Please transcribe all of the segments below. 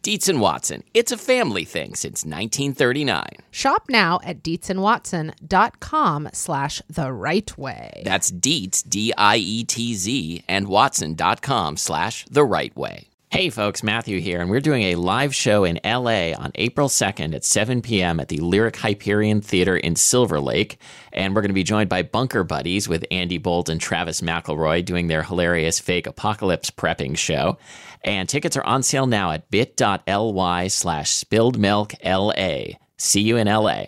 Dietz and Watson, it's a family thing since 1939. Shop now at deetzandwatson.com slash the right way. That's Dietz, D I E T Z, and Watson.com slash the right way. Hey folks, Matthew here, and we're doing a live show in LA on April 2nd at 7 p.m. at the Lyric Hyperion Theater in Silver Lake. And we're going to be joined by Bunker Buddies with Andy Bolt and Travis McElroy doing their hilarious fake apocalypse prepping show. And tickets are on sale now at bit.ly slash spilled milk LA. See you in LA.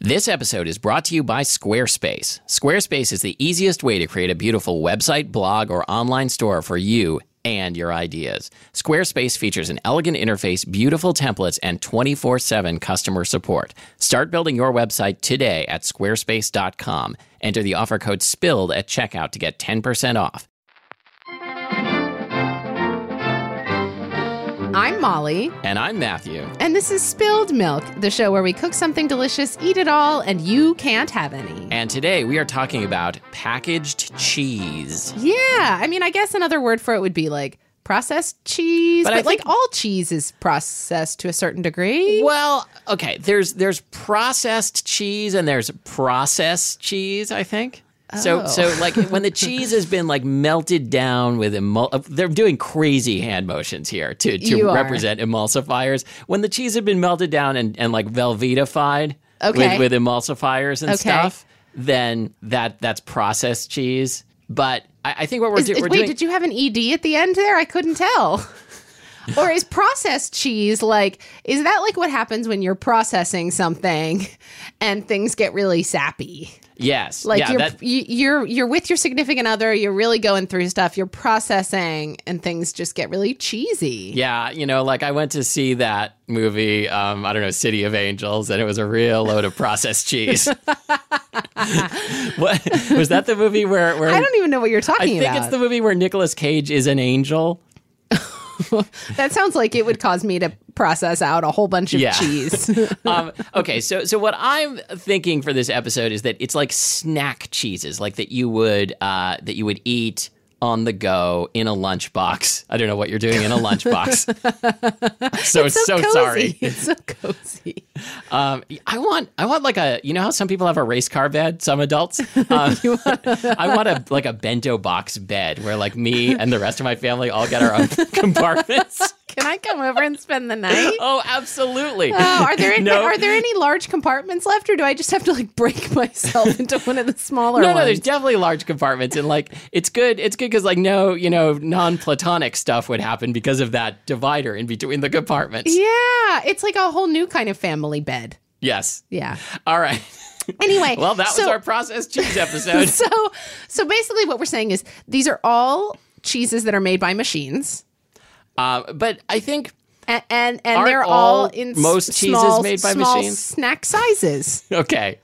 This episode is brought to you by Squarespace. Squarespace is the easiest way to create a beautiful website, blog, or online store for you and your ideas. Squarespace features an elegant interface, beautiful templates, and 24 7 customer support. Start building your website today at squarespace.com. Enter the offer code SPILLED at checkout to get 10% off. I'm Molly, And I'm Matthew. and this is Spilled Milk, the show where we cook something delicious, eat it all, and you can't have any. And today we are talking about packaged cheese. Yeah, I mean, I guess another word for it would be like processed cheese, But but, I like think- all cheese is processed to a certain degree. Well, okay, there's there's processed cheese and there's process cheese, I think. Oh. So so like when the cheese has been like melted down with emul- uh, they're doing crazy hand motions here to to You are. represent emulsifiers. When the cheese had been melted down and, and like velvetified Okay. with, with emulsifiers and Okay. stuff, then that that's processed cheese. But I, I think what we're, Is- do- is- we're wait, doing did you have an ed at the end there? I couldn't tell. or is processed cheese like? Is that like what happens when you're processing something, and things get really sappy? yes, Like yeah, you're that- you, you're you're with your significant other, you're really going through stuff, you're processing, and things just get really cheesy. Yeah, you know, like I went to see that movie, um, I don't know, City of Angels, and it was a real load of processed cheese. what was that the movie where, where I don't even know what you're talking think it's about. the movie where Nicolas Cage is an angel? that sounds like it would cause me to process out a whole bunch of Yeah. cheese. um, okay, so so what I'm thinking for this episode is that it's like snack cheeses, like that you would uh, that you would eat on the go in a lunchbox. I don't know what you're doing in a lunchbox. so so cozy. sorry. It's so cozy. Um, I want, I want like a, you know how some people have a race car bed, some adults. Um, I want a like a bento box bed where like me and the rest of my family all get our own compartments. Can I come over and spend the night? Oh, absolutely. Oh, are there any, No. are there any large compartments left, or do I just have to like break myself into one of the smaller no, ones? no, there's definitely large compartments, and like it's good, it's good because like no, you know, non-platonic stuff would happen because of that divider in between the compartments. yeah, it's like a whole new kind of family bed. Yes. Yeah. All right. Anyway, Well, that was so- our processed cheese episode. So, so basically, what we're saying is these are all cheeses that are made by machines, uh, but I think. and and, and Aren't they're all, all- in s- most cheeses small, made by small machines? snack sizes. Okay.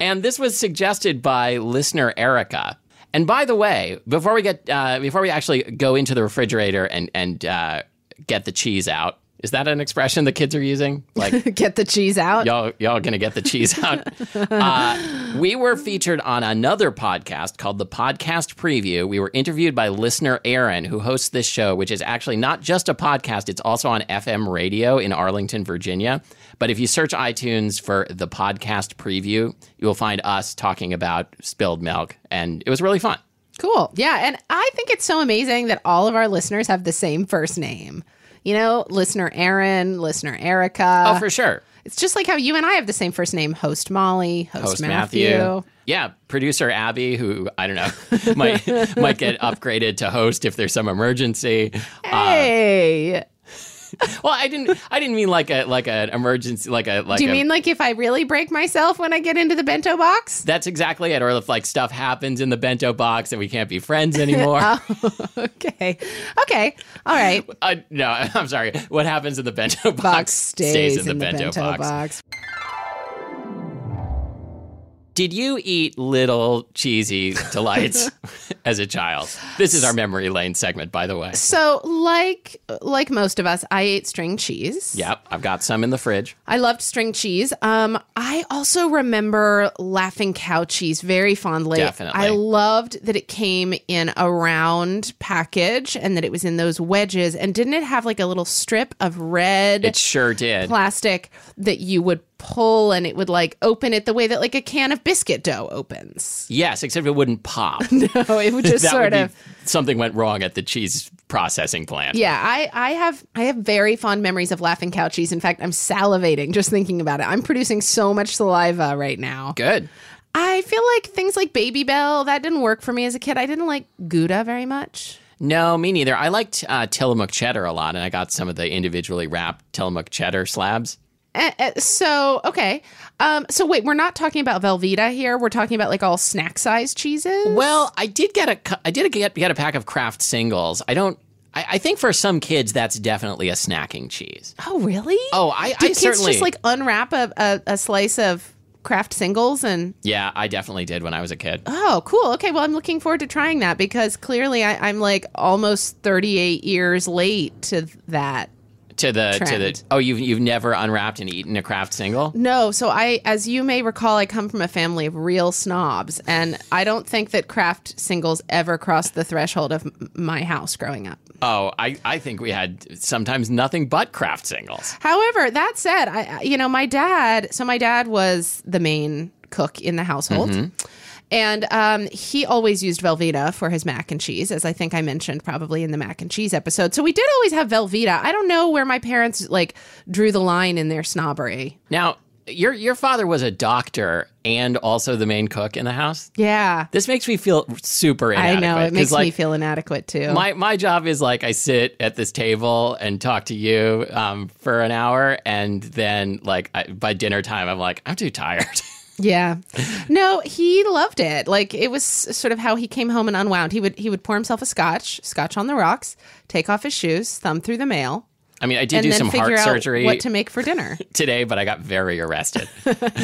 And this was suggested by listener Erica. And by the way, before we get uh, before we actually go into the refrigerator and and uh, get the cheese out Is that an expression the kids are using? Like Get the cheese out. y'all y'all gonna get the cheese out. Uh, we were featured on another podcast called the Podcast Preview. We were interviewed by listener Aaron, who hosts this show, which is actually not just a podcast; it's also on FM radio in Arlington, Virginia. But if you search iTunes for the Podcast Preview, you will find us talking about spilled milk, and it was really fun. Cool. Yeah. And I think it's so amazing that all of our listeners have the same first name. You know, listener Aaron, listener Erica. Oh, for sure. It's just like how you and I have the same first name host Molly, host, host Matthew. Matthew. Uh, Yeah, producer Abby, who I don't know might might get upgraded to host if there's some emergency. Hey. Well, I didn't I didn't mean like a like an emergency like a like Do you a, mean like if I really break myself when I get into the bento box? that's exactly it, or if like stuff happens in the bento box and we can't be friends anymore. Okay. Okay. All right. Uh, no, I'm sorry. What happens in the bento box, Box stays, in, the bento, box. Did you eat little cheesy delights as a child? This is our memory lane segment, by the way. So, like like most of us, I ate string cheese. Yep, I've got some in the fridge. I loved string cheese. Um, I also remember laughing cow cheese very fondly. Definitely. I loved that it came in a round package and that it was in those wedges. And didn't it have like a little strip of red It sure did. plastic that you would pull and it would like open it the way that like a can of biscuit dough opens? Yes, except it wouldn't pop. No, it would just that sort would of. be something went wrong at the cheese processing plant. Yeah, I, I have I have very fond memories of laughing cow cheese. In fact, I'm salivating just thinking about it. I'm producing so much saliva right now. Good. I feel like things like Baby Bell that didn't work for me as a kid. I didn't like Gouda very much. No, me neither. I liked uh, Tillamook cheddar a lot, and I got some of the individually wrapped Tillamook cheddar slabs. Eh, eh, so okay, um, so wait, we're not talking about Velveeta here. We're talking about like all snack size cheeses. Well, I did get a, cu- I did get get a pack of Kraft singles. I don't. I, I think for some kids that's definitely a snacking cheese. oh really? Oh, I, I Did kids certainly. just like unwrap a, a, a slice of Kraft singles and yeah, I definitely did when I was a kid. oh cool okay well i'm looking forward to trying that because clearly I, i'm like almost 38 years late to that To the to the. Trend. Oh, you've you've never unwrapped and eaten a Kraft single. No, so I, as you may recall, I come from a family of real snobs, and I don't think that craft singles ever crossed the threshold of m- my house growing up. Oh, I I think we had sometimes nothing but Kraft singles. However, that said, I, I- you know, my dad. So my dad was the main cook in the household. Mm-hmm. And um, he always used Velveeta for his mac and cheese, as I think I mentioned probably in the mac and cheese episode. So we did always have Velveeta. I don't know where my parents like drew the line in their snobbery. Now, your your father was a doctor and also the main cook in the house. Yeah, This makes me feel super I inadequate. know it 'cause, makes me like, feel inadequate too. My my job is like I sit at this table and talk to you um, for an hour, and then like I, by dinner time, I'm like I'm too tired. Yeah. No, he loved it. Like it was sort of how he came home and unwound. He would he would pour himself a scotch, scotch on the rocks, take off his shoes, thumb through the mail, I mean, I did and do then some heart figure out surgery what to make for dinner. today, but I got very arrested.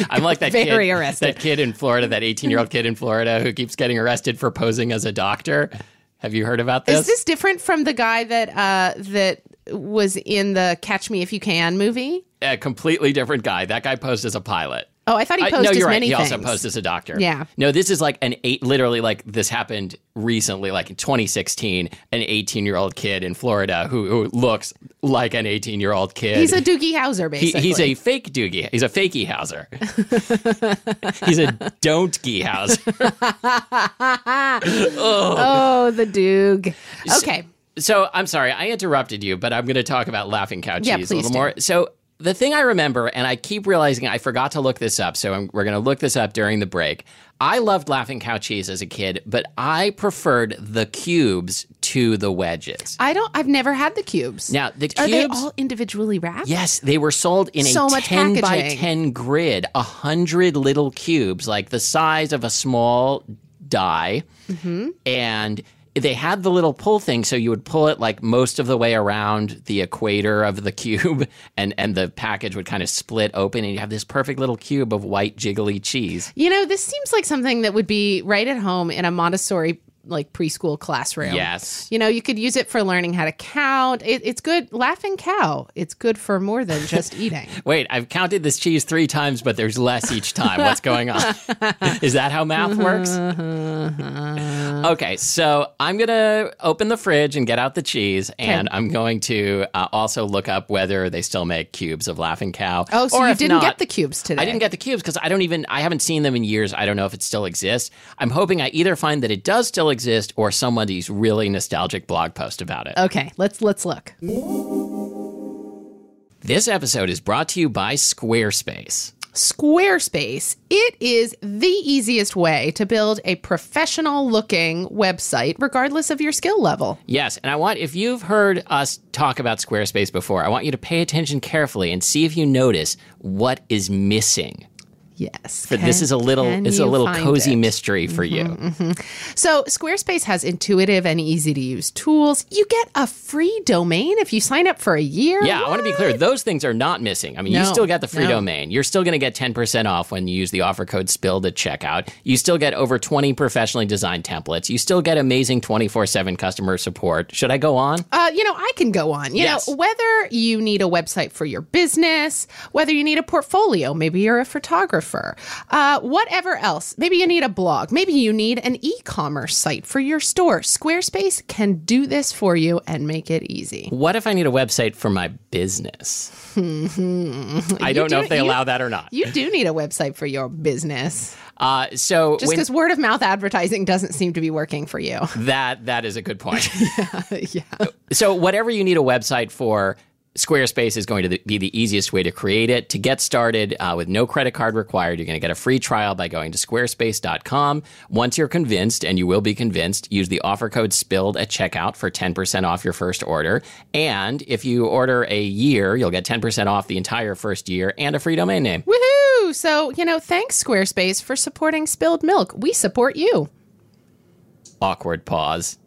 I'm like that very kid, arrested. That kid in Florida, that 18 year old kid in Florida who keeps getting arrested for posing as a doctor. Have you heard about this? Is this different from the guy that uh that was in the Catch Me If You Can movie? a completely different guy. That guy posed as a pilot. Oh, I thought he I- posed Uh, no, as you're right. many He things. also posed as a doctor. Yeah. No, this is like an eight. Literally, like this happened recently, like in 2016. An 18 year old kid in Florida who, who looks like an 18 year old kid. He's a Doogie Howser, He- basically. he's a fake Doogie. He's a fakey Hauser. he's a don't gee Hauser. oh, the Doog. Okay. So I'm sorry, I interrupted you, but I'm going to talk about laughing cow cheese Yeah, a please little do. more. So the thing I remember, and I keep realizing I forgot to look this up, so I'm, we're going to look this up during the break. I loved laughing cow cheese as a kid, but I preferred the cubes to the wedges. I don't I've never had the cubes. Now the Are cubes, they all individually wrapped? yes, they were sold in So a much ten by packaging. ten grid, a hundred little cubes, like the size of a small die Mm-hmm. and they had the little pull thing so you would pull it like most of the way around the equator of the cube and and the package would kind of split open and you have this perfect little cube of white jiggly cheese You know, this seems like something that would be right at home in a Montessori like preschool classroom. Yes. You know, you could use it for learning how to count. It, it's good. Laughing cow. It's good for more than just eating. Wait, I've counted this cheese three times, but there's less each time. What's going on? Is that how math works? Mm-hmm. okay, so I'm going to open the fridge and get out the cheese, and I'm going to uh, also look up whether they still make cubes of Laughing Cow. Oh, so Or you if didn't not- get the cubes today. I didn't get the cubes because I don't even I haven't seen them in years. I don't know if it still exists. I'm hoping I either find that it does still exist or somebody's really nostalgic blog post about it. Okay, let's let's look. This episode is brought to you by Squarespace. Squarespace. It is the easiest way to build a professional looking website regardless of your skill level. Yes, and I want if you've heard us talk about Squarespace before, I want you to pay attention carefully and see if you notice what is missing. Yes. But this can- is a little can it's a you little find cozy it? Mm-hmm. mystery for you. So, Squarespace has intuitive and easy to use tools. You get a free domain if you sign up for a year. Yeah, I want to be clear. Those things are not missing. I mean, you No, still got the free no. domain. You're still going to get 10% off when you use the offer code SPILLED at checkout. You still get over 20 professionally designed templates. You still get amazing 24 7 customer support. Should I go on? Uh, you know, I can go on. You Yes. know, whether you need a website for your business, whether you need a portfolio, maybe you're a photographer, uh, whatever else, maybe you need a blog, maybe you need an e commerce site for your store. Squarespace can do this for you and make it easy. What if I need a website for my business? I don't do- know if they Hmm. you- allow that or not. You do need a website for your business Uh, so just when, because word of mouth advertising doesn't seem to be working for you. Uh, that that is a good point. yeah. so whatever you need a website for. Squarespace is going to be the easiest way to create it. To get started uh, with no credit card required, you're going to get a free trial by going to squarespace.com. Once you're convinced, and you will be convinced, use the offer code SPILLED at checkout for 10% off your first order. And if you order a year, you'll get 10% off the entire first year and a free domain name. Woohoo! So, you know, thanks, Squarespace, for supporting Spilled Milk. We support you. Awkward pause.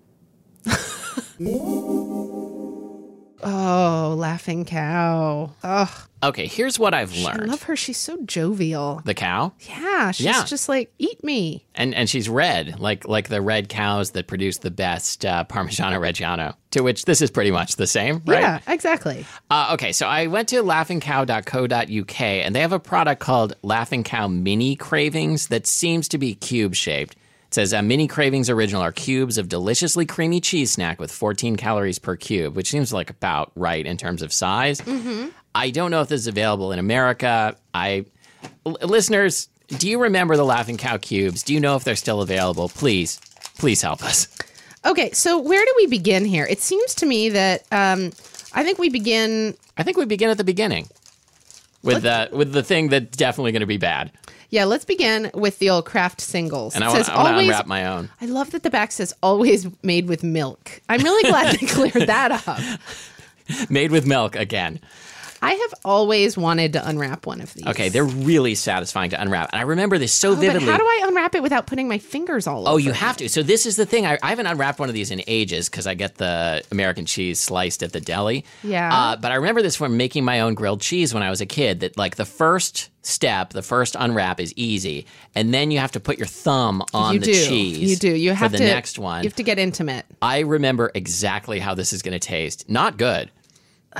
Oh, Laughing Cow. Ugh. Okay, here's what I've I learned. love her. She's so jovial. the cow? Yeah, she's Yeah. just like, eat me. and and she's red, like like the red cows that produce the best uh, Parmigiano Reggiano. To which this is pretty much the same, right? Yeah, exactly. Uh, okay, so I went to laughingcow.co.uk and they have a product called Laughing Cow Mini Cravings that seems to be cube shaped. It says uh, Mini Cravings Original are cubes of deliciously creamy cheese snack with 14 calories per cube, which seems like about right in terms of size. I don't know if this is available in America. I l- listeners, do you remember the Laughing Cow cubes? Do you know if they're still available? Please, please help us. Okay, so where do we begin here? It seems to me that um, I think we begin. I think we begin at the beginning with the with the thing that's definitely going to be bad. Yeah, let's begin with the old craft singles. And It I want says, to unwrap my own. I love that the back says always made with milk. I'm really glad they cleared that up. Made with milk again. I have always wanted to unwrap one of these. Okay, they're really satisfying to unwrap. And I remember this so Oh, But vividly. how do I unwrap it without putting my fingers all Oh, over? you have to. So this is the thing. I, I haven't unwrapped one of these in ages because I get the American cheese sliced at the deli. Yeah. Uh, but I remember this from making my own grilled cheese when I was a kid. That like the first step, the first unwrap is easy, and then you have to put your thumb on you the do. cheese. You do. You have for to the next one. You have to get intimate. I remember exactly how this is going to taste. Not good.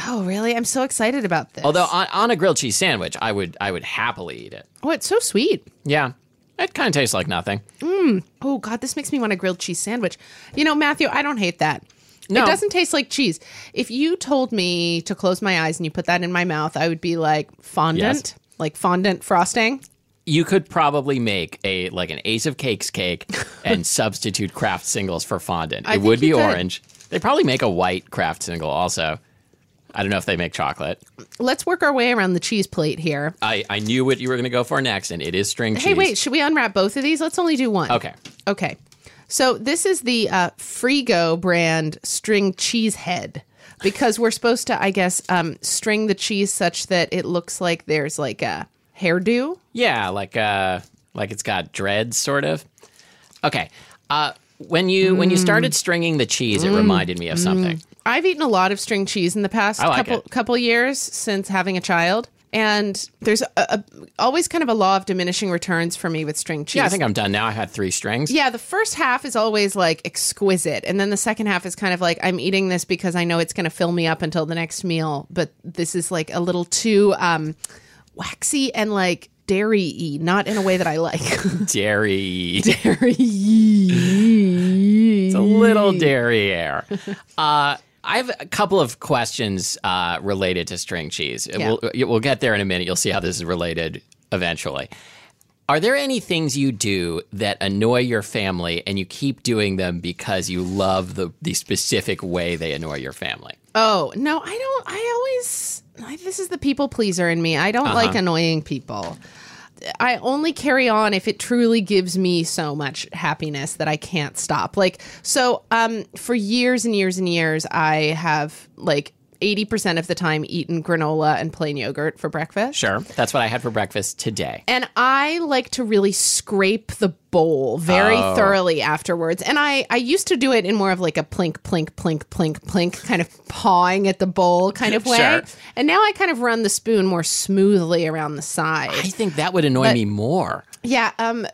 Oh, really? I'm so excited about this. Although on, on a grilled cheese sandwich, I would I would happily eat it. oh, it's so sweet. Yeah. It kind of tastes like nothing. Oh God, this makes me want a grilled cheese sandwich. You know, Matthew, I don't hate that. No. It doesn't taste like cheese. If you told me to close my eyes and you put that in my mouth, I would be like fondant, like fondant frosting. You could probably make a like an Ace of Cakes cake and substitute Kraft singles for fondant. it think would be you could. orange. They probably make a white Kraft single also. I don't know if they make chocolate. Let's work our way around the cheese plate here. I, I knew what you were going to go for next, and it is string cheese. Hey, wait, should we unwrap both of these? Let's only do one. Okay. Okay. So this is the uh, Frigo brand string cheese head because we're supposed to, I guess, um, string the cheese such that it looks like there's like a hairdo. Yeah, like uh like it's got dreads sort of. Okay. Uh when you when you Mm. started stringing the cheese, it reminded me of something. I've eaten a lot of string cheese in the past like couple it. couple years since having a child, And there's a, a, always kind of a law of diminishing returns for me with string cheese. Yeah, I think I'm done now. I had three strings. Yeah, the first half is always like exquisite. And then the second half is kind of like, I'm eating this because I know it's going to fill me up until the next meal. But this is like a little too um, waxy and like dairy y, not in a way that I like. Dairy. dairy It's It's a little derriere. Uh, I have a couple of questions uh, related to string cheese. We'll, we'll get there in a minute. You'll see how this is related eventually. Are there any things you do that annoy your family and you keep doing them because you love the, the specific way they annoy your family? Oh, no, I don't. I always, I, this is the people pleaser in me. I don't like annoying people. I only carry on if it truly gives me so much happiness that I can't stop. Like, so um, for years and years and years, I have like 80% of the time eaten granola and plain yogurt for breakfast. Sure. That's what I had for breakfast today. And I like to really scrape the bowl very Oh. thoroughly afterwards. And I, I used to do it in more of like a plink, plink, plink, plink, plink, kind of pawing at the bowl kind of way. Sure. And now I kind of run the spoon more smoothly around the side. I think that would annoy me more. Yeah, um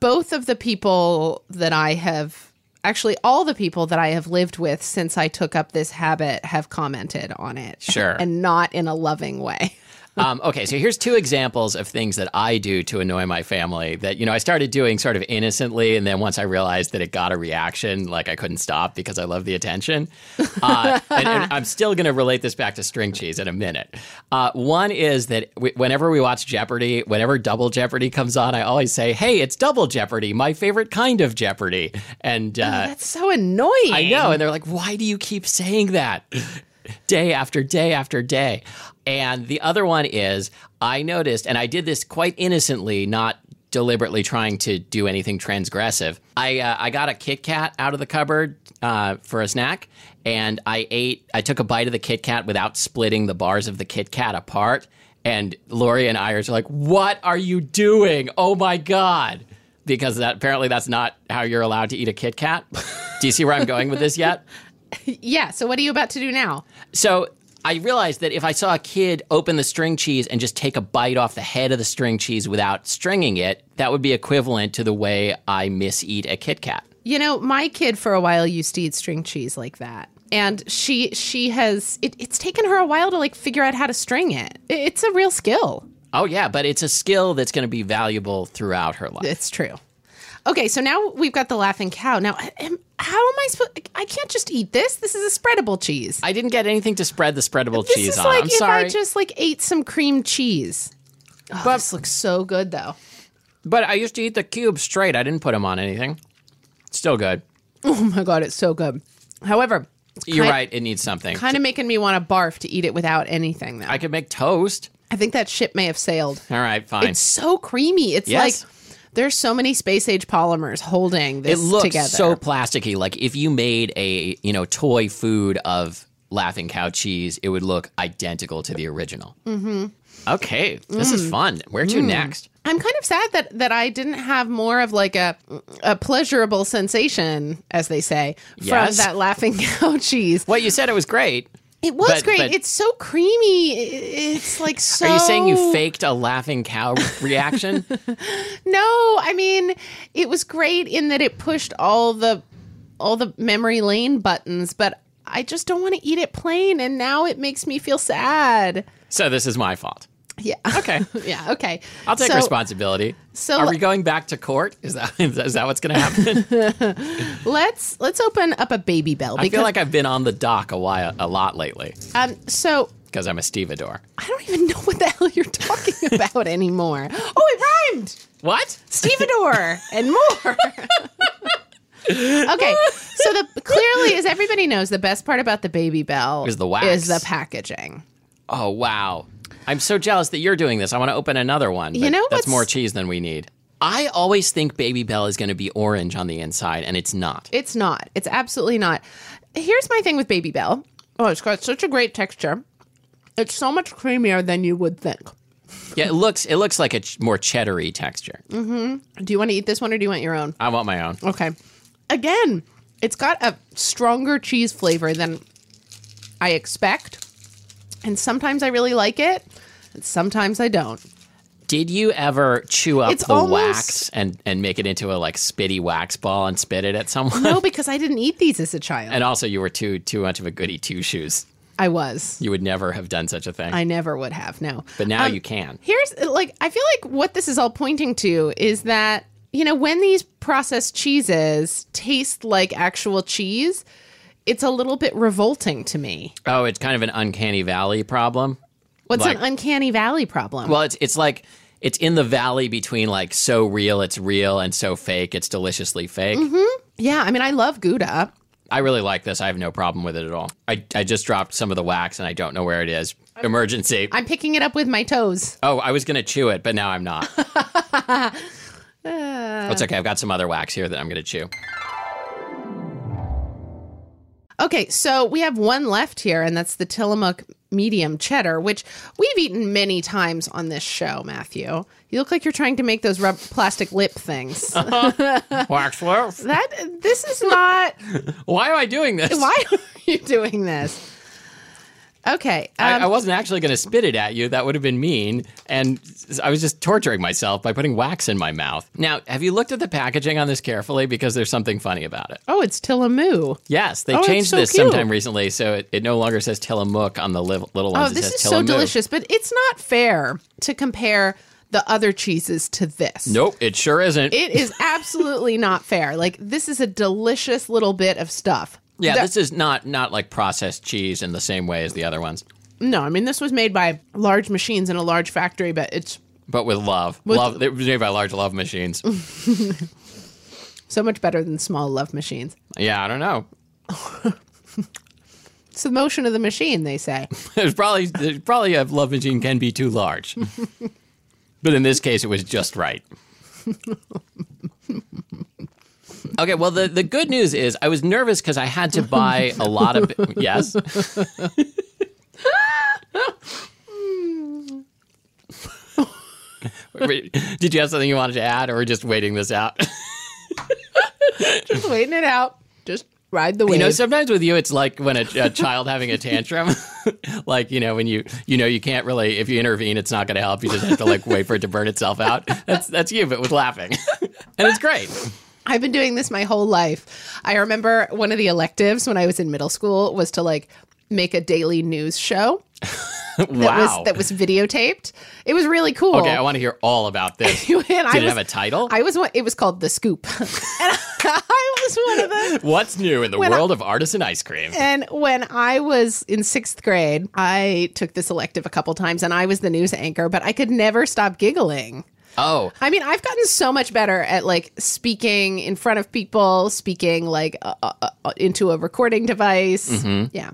both of the people that I have actually all the people that I have lived with since I took up this habit have commented on it. Sure. And not in a loving way. um, okay, so here's two examples of things that I do to annoy my family that, you know, I started doing sort of innocently. And then once I realized that it got a reaction, like I couldn't stop because I love the attention. Uh, and, and I'm still going to relate this back to string cheese in a minute. Uh, one is that w- whenever we watch Jeopardy, whenever Double Jeopardy comes on, I always say, hey, it's Double Jeopardy, my favorite kind of Jeopardy. And uh, That's so annoying. I know. And they're like, why do you keep saying that day after day after day? And the other one is I noticed, and I did this quite innocently, not deliberately trying to do anything transgressive. I, uh, I got a Kit Kat out of the cupboard uh, for a snack. And I ate, I took a bite of the Kit Kat without splitting the bars of the Kit Kat apart. And Lori and I are just like, what are you doing? Oh my God because that apparently that's not how you're allowed to eat a Kit Kat. do you see where I'm going with this yet? Yeah, so what are you about to do now? So I realized that if I saw a kid open the string cheese and just take a bite off the head of the string cheese without stringing it, that would be equivalent to the way I miseat a Kit Kat. You know, my kid for a while used to eat string cheese like that. And she she has it, it's taken her a while to like figure out how to string it. I- It's a real skill. Oh yeah, but it's a skill that's going to be valuable throughout her life. It's true. Okay, so now we've got the laughing cow. Now, I- am, how am I supposed? I can't just eat this. This is a spreadable cheese. I didn't get anything to spread the spreadable this cheese is on. like I'm if sorry. I just like ate some cream cheese. Oh, this looks so good though. but I used to eat the cubes straight. I didn't put them on anything. Still good. Oh my god, it's so good. However, it's You're kind, right. It needs something. Kind of making me want to barf to eat it without anything though. I I, could make toast. think that ship may have sailed. All right, fine. It's so creamy. It's Yes. like there's so many space age polymers holding it this looks together. so plasticky. Like if you made a you know toy food of laughing cow cheese, it would look identical to the original. Mm-hmm. Okay, this Mm. is fun. Where to next? I'm kind of sad that that I didn't have more of like a a pleasurable sensation, as they say, Yes. from that laughing cow cheese. Well, you said it was great. It was But- great. but- it's so creamy. I- It's like so. Are you saying Oh. you faked a laughing cow reaction? No, I mean it was great in that it pushed all the all the memory lane buttons, but I just don't want to eat it plain, and now it makes me feel sad. so this is my fault. Yeah. Okay, yeah. Okay. I'll take So- responsibility. so- are we going back to court? Is that is that what's going to happen? Let's let's open up a baby bell I because feel like I've been on the dock a while, a lot lately, um so because I'm a stevedore. I don't even know what the hell you're talking about anymore. Oh, it rhymed. What? Stevedore and more. okay, so the clearly, as everybody knows, the best part about the baby bell Is the wax. is the packaging. Oh wow. I'm so jealous that you're doing this. I want to open another one. But You know that's what's- more cheese than we need. I always think Baby Bell is going to be orange on the inside, and it's not. It's not. It's absolutely not. Here's my thing with baby bell. Oh, it's got such a great texture. It's so much creamier than you would think. Yeah, it looks it looks like a ch- more cheddary texture. Do you want to eat this one or do you want your own? I want my own. Okay. Again, it's got a stronger cheese flavor than I expect. And sometimes I really like it. Sometimes I don't. Did you ever chew up It's the almost- wax and, and make it into a like spitty wax ball and spit it at someone? No, because I didn't eat these as a child. And also, you were too too much of a goody two shoes. I was. You would never have done such a thing. I never would have. No. Um, but now you can. Here's like I feel like what this is all pointing to is that you know when these processed cheeses taste like actual cheese, it's a little bit revolting to me. Oh, it's kind of an uncanny valley problem. What's an Like- uncanny valley problem? Well, it's it's like it's in the valley between like so real, it's real, and so fake, it's deliciously fake. yeah, I mean I love Gouda. I really like this. I have no problem with it at all. I, I just dropped some of the wax and I don't know where it is. Emergency. I'm picking it up with my toes. oh, I was going to chew it, but now I'm not. That's okay. I've got some other wax here that I'm going to chew. Okay, so we have one left here, and that's the Tillamook medium cheddar, which we've eaten many times on this show, Matthew. You look like you're trying to make those rub- plastic lip things. Wax loaf. that this is not. Why am I doing this? Why are you doing this? Okay, I, um, I wasn't actually going to spit it at you. That would have been mean. And I was just torturing myself by putting wax in my mouth. Now, have you looked at the packaging on this carefully? Because there's something funny about it. oh, it's Tillamoo. Yes, they Oh, it's changed so this cute. sometime recently. So it, it no longer says Tillamook on the li- little Oh, ones. it this says is so Tillamoo. delicious, but it's not fair to compare the other cheeses to this. Nope, it sure isn't. It is absolutely not fair. Like this is a delicious little bit of stuff. yeah, That- this is not not like processed cheese in the same way as the other ones, No, I mean this was made by large machines in a large factory, but it's but with love. love. It was made by large love machines. so much better than small love machines. yeah, I don't know. It's the motion of the machine, they say. There's probably there's probably a love machine can be too large, but in this case, it was just right. Okay, well, the, the good news is I was nervous because I had to buy a lot of. Yes? Wait, Did you have something you wanted to add, or were you just waiting this out? Just waiting it out. Just ride the wave. You know, sometimes with you, it's like when a, a child having a tantrum. like you know, when you you know you can't really if you intervene, it's not going to help. You just have to like wait for it to burn itself out. That's that's you, but with laughing, and it's great. I've been doing this my whole life. I remember one of the electives when I was in middle school was to like make a daily news show that wow. was that was videotaped. It was really cool. okay, I want to hear all about this. Did And I it was- have a title? I was one. It was called the scoop, and I was one of the What's new in the world of artisan ice cream? And when I was in sixth grade, I took this elective a couple times and I was the news anchor, but I could never stop giggling. Oh, I mean, I've gotten so much better at like speaking in front of people, speaking like uh, uh, uh, into a recording device. Mm-hmm. Yeah.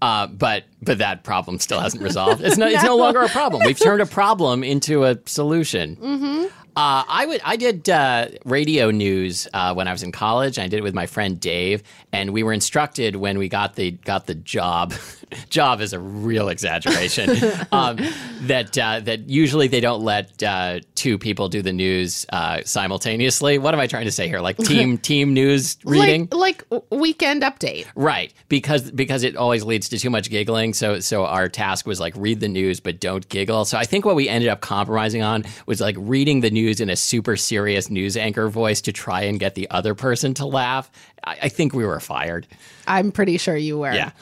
uh, but but that problem still hasn't resolved. It's no, it's no longer a problem. We've turned a problem into a solution. Mm-hmm. Uh, I would I did uh, radio news uh, when I was in college. I did it with my friend Dave, and we were instructed when we got the got the job. job is a real exaggeration. um, that uh, that usually they don't let uh, two people do the news uh, simultaneously. What am I trying to say here? Like team team news reading. Like, like w- weekend update. Right, because because it always leads to too much giggling. So so our task was like read the news but don't giggle. So I think what we ended up compromising on was like reading the news in a super serious news anchor voice to try and get the other person to laugh. I, I think we were fired. I'm pretty sure you were. Yeah,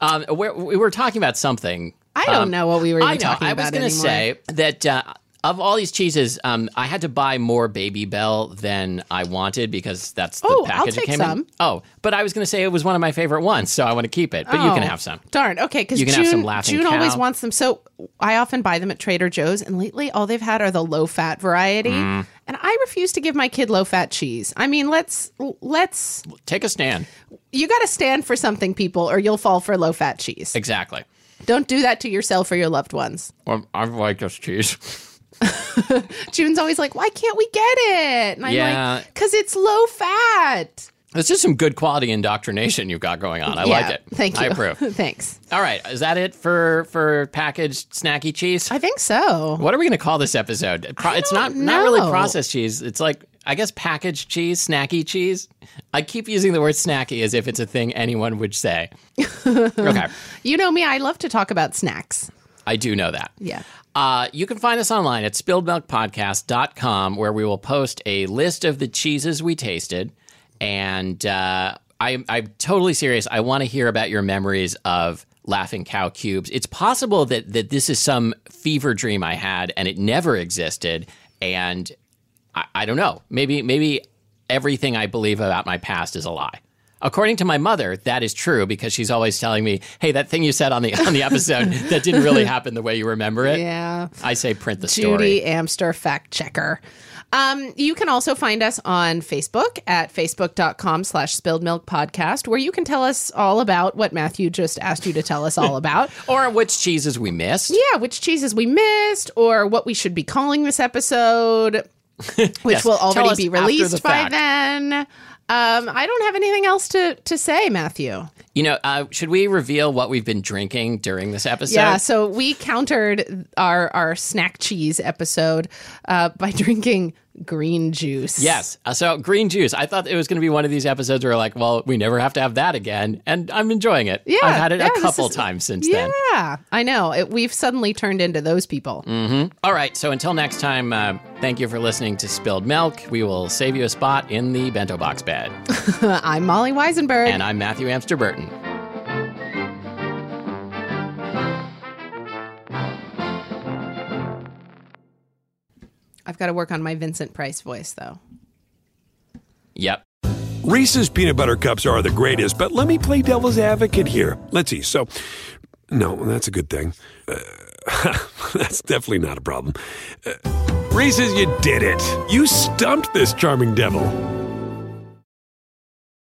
um, we're, we were talking about something. I don't um, know what we were even I know. talking I was about gonna anymore. say that uh, of all these cheeses, um, I had to buy more Baby Bell than I wanted because that's the Oh, I'll package take it came in. some. Oh, but I was going to say it was one of my favorite ones, so I want to keep it. But you can Oh, have some. Darn. Okay, because You June, can have some Laughing June always Cow. wants them. So I often buy them at Trader Joe's, and lately all they've had are the low fat variety. Mm. And I refuse to give my kid low fat cheese. I mean, let's let's Take a stand. you got to stand for something, people, or you'll fall for low fat cheese. Exactly. Don't do that to yourself or your loved ones. Well, I like this cheese. June's always like, "Why can't we get it?" And I'm Yeah. like, "Cause it's low fat." This is some good quality indoctrination you've got going on. I Yeah, like it. Thank you. I approve. Thanks. All right, is that it for for packaged snacky cheese? I think so. What are we going to call this episode? Pro- it's not don't not really know. processed cheese. It's like I guess packaged cheese, snacky cheese. I keep using the word snacky as if it's a thing anyone would say. okay. You know me; I love to talk about snacks. I do know that. Yeah. Uh, you can find us online at spilledmilkpodcast.com, where we will post a list of the cheeses we tasted. And uh, I, I'm totally serious. I want to hear about your memories of Laughing Cow Cubes. It's possible that, that this is some fever dream I had and it never existed. And I, I don't know. Maybe, maybe everything I believe about my past is a lie. According to my mother, that is true because she's always telling me, "Hey, that thing you said on the on the episode that didn't really happen the way you remember it." Yeah. I say print the Judy story. Amster fact checker. Um, you can also find us on Facebook at facebook.com slash spilled milk podcast, where you can tell us all about what Matthew just asked you to tell us all about. Or which cheeses we missed. yeah, which cheeses we missed or what we should be calling this episode, which Yes, will tell already us be after the released by fact. then. Um, I don't have anything else to, to say, Matthew. You know, uh, should we reveal what we've been drinking during this episode? Yeah, so we countered our our snack cheese episode uh, by drinking green juice. Yes. Uh, so green juice. I thought it was going to be one of these episodes where like, well, we never have to have that again, and I'm enjoying it. Yeah, I've had it yeah, a this couple is- times since Yeah, then. I know. It, we've suddenly turned into those people. Mm. All right. So until next time, uh, thank you for listening to Spilled Milk. We will save you a spot in the bento box bed. I'm Molly Weisenberg. and I'm Matthew Amster Burton. I've got to work on my Vincent Price voice, though. Yep. Reese's peanut butter cups are the greatest, but let me play devil's advocate here. Let's see. So, no, that's a good thing. Uh, that's definitely not a problem. Uh, Reese's, you did it. You stumped this charming devil.